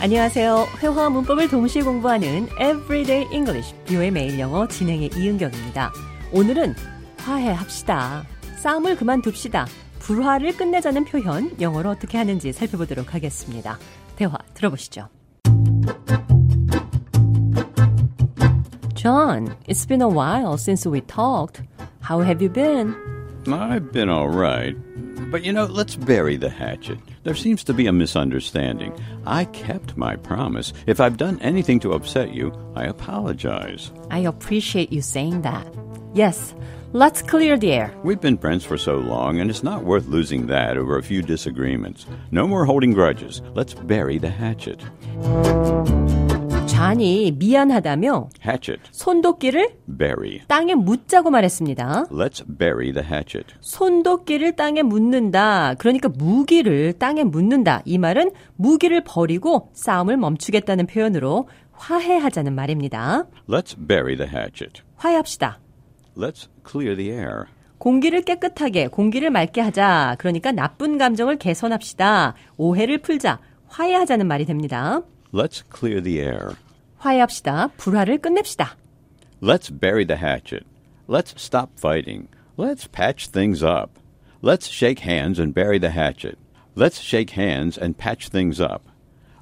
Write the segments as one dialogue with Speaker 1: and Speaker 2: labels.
Speaker 1: 안녕하세요. 회화와 문법을 동시에 공부하는 Everyday English, 뷰의 매일 영어 진행의 이은경입니다. 오늘은 화해합시다. 싸움을 그만둡시다. 불화를 끝내자는 표현, 영어로 어떻게 하는지 살펴보도록 하겠습니다. 대화 들어보시죠. John, it's been a while since we talked. How have you been?
Speaker 2: I've been all right. But you know, let's bury the hatchet. There seems to be a misunderstanding. I kept my promise. If I've done anything to upset you, I apologize.
Speaker 1: I appreciate you saying that. Yes, let's clear the air.
Speaker 2: We've been friends for so long, and it's not worth losing that over a few disagreements. No more holding grudges. Let's bury the hatchet.
Speaker 1: 존이 미안하다며
Speaker 2: Hatchet.
Speaker 1: 손도끼를
Speaker 2: Bury.
Speaker 1: 땅에 묻자고 말했습니다.
Speaker 2: Let's bury the hatchet.
Speaker 1: 손도끼를 땅에 묻는다. 그러니까 무기를 땅에 묻는다. 이 말은 무기를 버리고 싸움을 멈추겠다는 표현으로 화해하자는 말입니다.
Speaker 2: Let's bury the hatchet.
Speaker 1: 화해합시다.
Speaker 2: Let's clear the air.
Speaker 1: 공기를 깨끗하게, 공기를 맑게 하자. 그러니까 나쁜 감정을 개선합시다. 오해를 풀자. 화해하자는 말이 됩니다.
Speaker 2: Let's clear the air.
Speaker 1: 화해합시다. 불화를 끝냅시다.
Speaker 2: Let's bury the hatchet. Let's stop fighting. Let's patch things up. Let's shake hands and bury the hatchet. Let's shake hands and patch things up.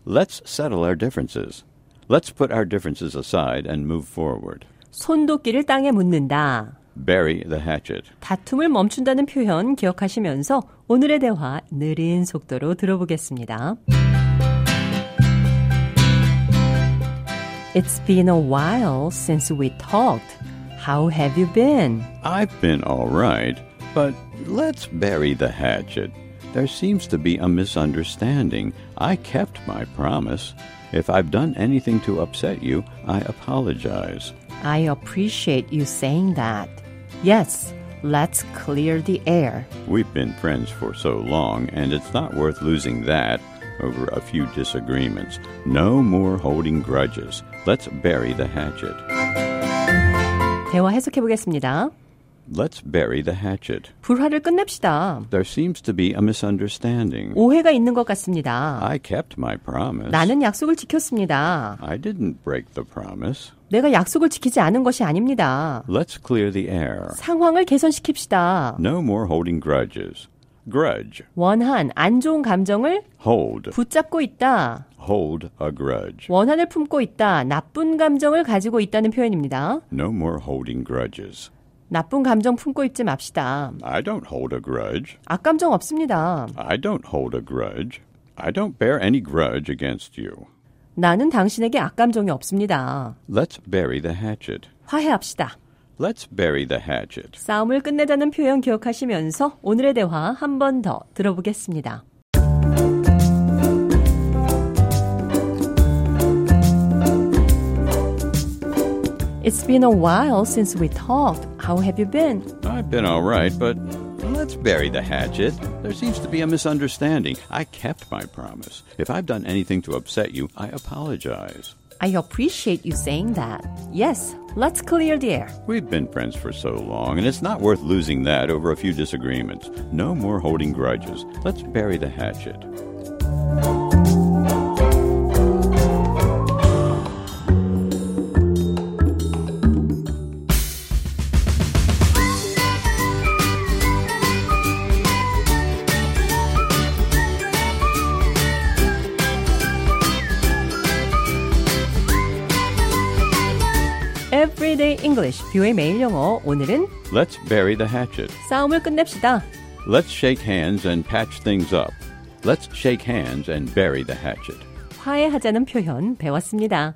Speaker 2: Let's settle our differences. Let's put our differences aside and move forward.
Speaker 1: 손도끼를 땅에 묻는다.
Speaker 2: Bury the hatchet.
Speaker 1: 다툼을 멈춘다는 표현 기억하시면서 오늘의 대화 느린 속도로 들어보겠습니다. It's been a while since we talked. How have you been?
Speaker 2: I've been all right, but let's bury the hatchet. There seems to be a misunderstanding. I kept my promise. If I've done anything to upset you, I apologize.
Speaker 1: I appreciate you saying that. Yes, let's clear the air.
Speaker 2: We've been friends for so long, and it's not worth losing that over a few disagreements. No more holding grudges. Let's bury the hatchet.
Speaker 1: 대화 해석해 보겠습니다.
Speaker 2: Let's bury the hatchet.
Speaker 1: 불화를 끝냅시다.
Speaker 2: There seems to be a misunderstanding.
Speaker 1: 오해가 있는 것 같습니다.
Speaker 2: I kept my promise.
Speaker 1: 나는 약속을 지켰습니다.
Speaker 2: I didn't break the promise.
Speaker 1: 내가 약속을 지키지 않은 것이 아닙니다.
Speaker 2: Let's clear the air.
Speaker 1: 상황을 개선시킵시다.
Speaker 2: No more holding grudges. Grudge.
Speaker 1: 원한, 안 좋은 감정을
Speaker 2: 네. Hold.
Speaker 1: 붙잡고 있다.
Speaker 2: Hold a grudge.
Speaker 1: 원한을 품고 있다. 나쁜 감정을 가지고 있다는 표현입니다.
Speaker 2: No more holding grudges.
Speaker 1: 나쁜 감정 품고 있지 맙시다.
Speaker 2: I don't hold a grudge.
Speaker 1: 악감정 없습니다.
Speaker 2: I don't hold a grudge. I don't bear any grudge against you.
Speaker 1: 나는 당신에게 악감정이 없습니다.
Speaker 2: Let's bury the hatchet.
Speaker 1: 화해합시다.
Speaker 2: Let's bury the hatchet.
Speaker 1: 싸움을 끝내자는 표현 기억하시면서 오늘의 대화 한 번 더 들어보겠습니다. It's been a while since we talked. How have you been?
Speaker 2: I've been all right, but let's bury the hatchet. There seems to be a misunderstanding. I kept my promise. If I've done anything to upset you, I apologize.
Speaker 1: I appreciate you saying that. Yes, let's clear the air.
Speaker 2: We've been friends for so long, and it's not worth losing that over a few disagreements. No more holding grudges. Let's bury the hatchet.
Speaker 1: Everyday English, 뷰의 매일 영어. 오늘은
Speaker 2: Let's bury the hatchet.
Speaker 1: 싸움을 끝냅시다.
Speaker 2: Let's shake hands and patch things up. Let's shake hands and bury the hatchet.
Speaker 1: 화해하자는 표현 배웠습니다.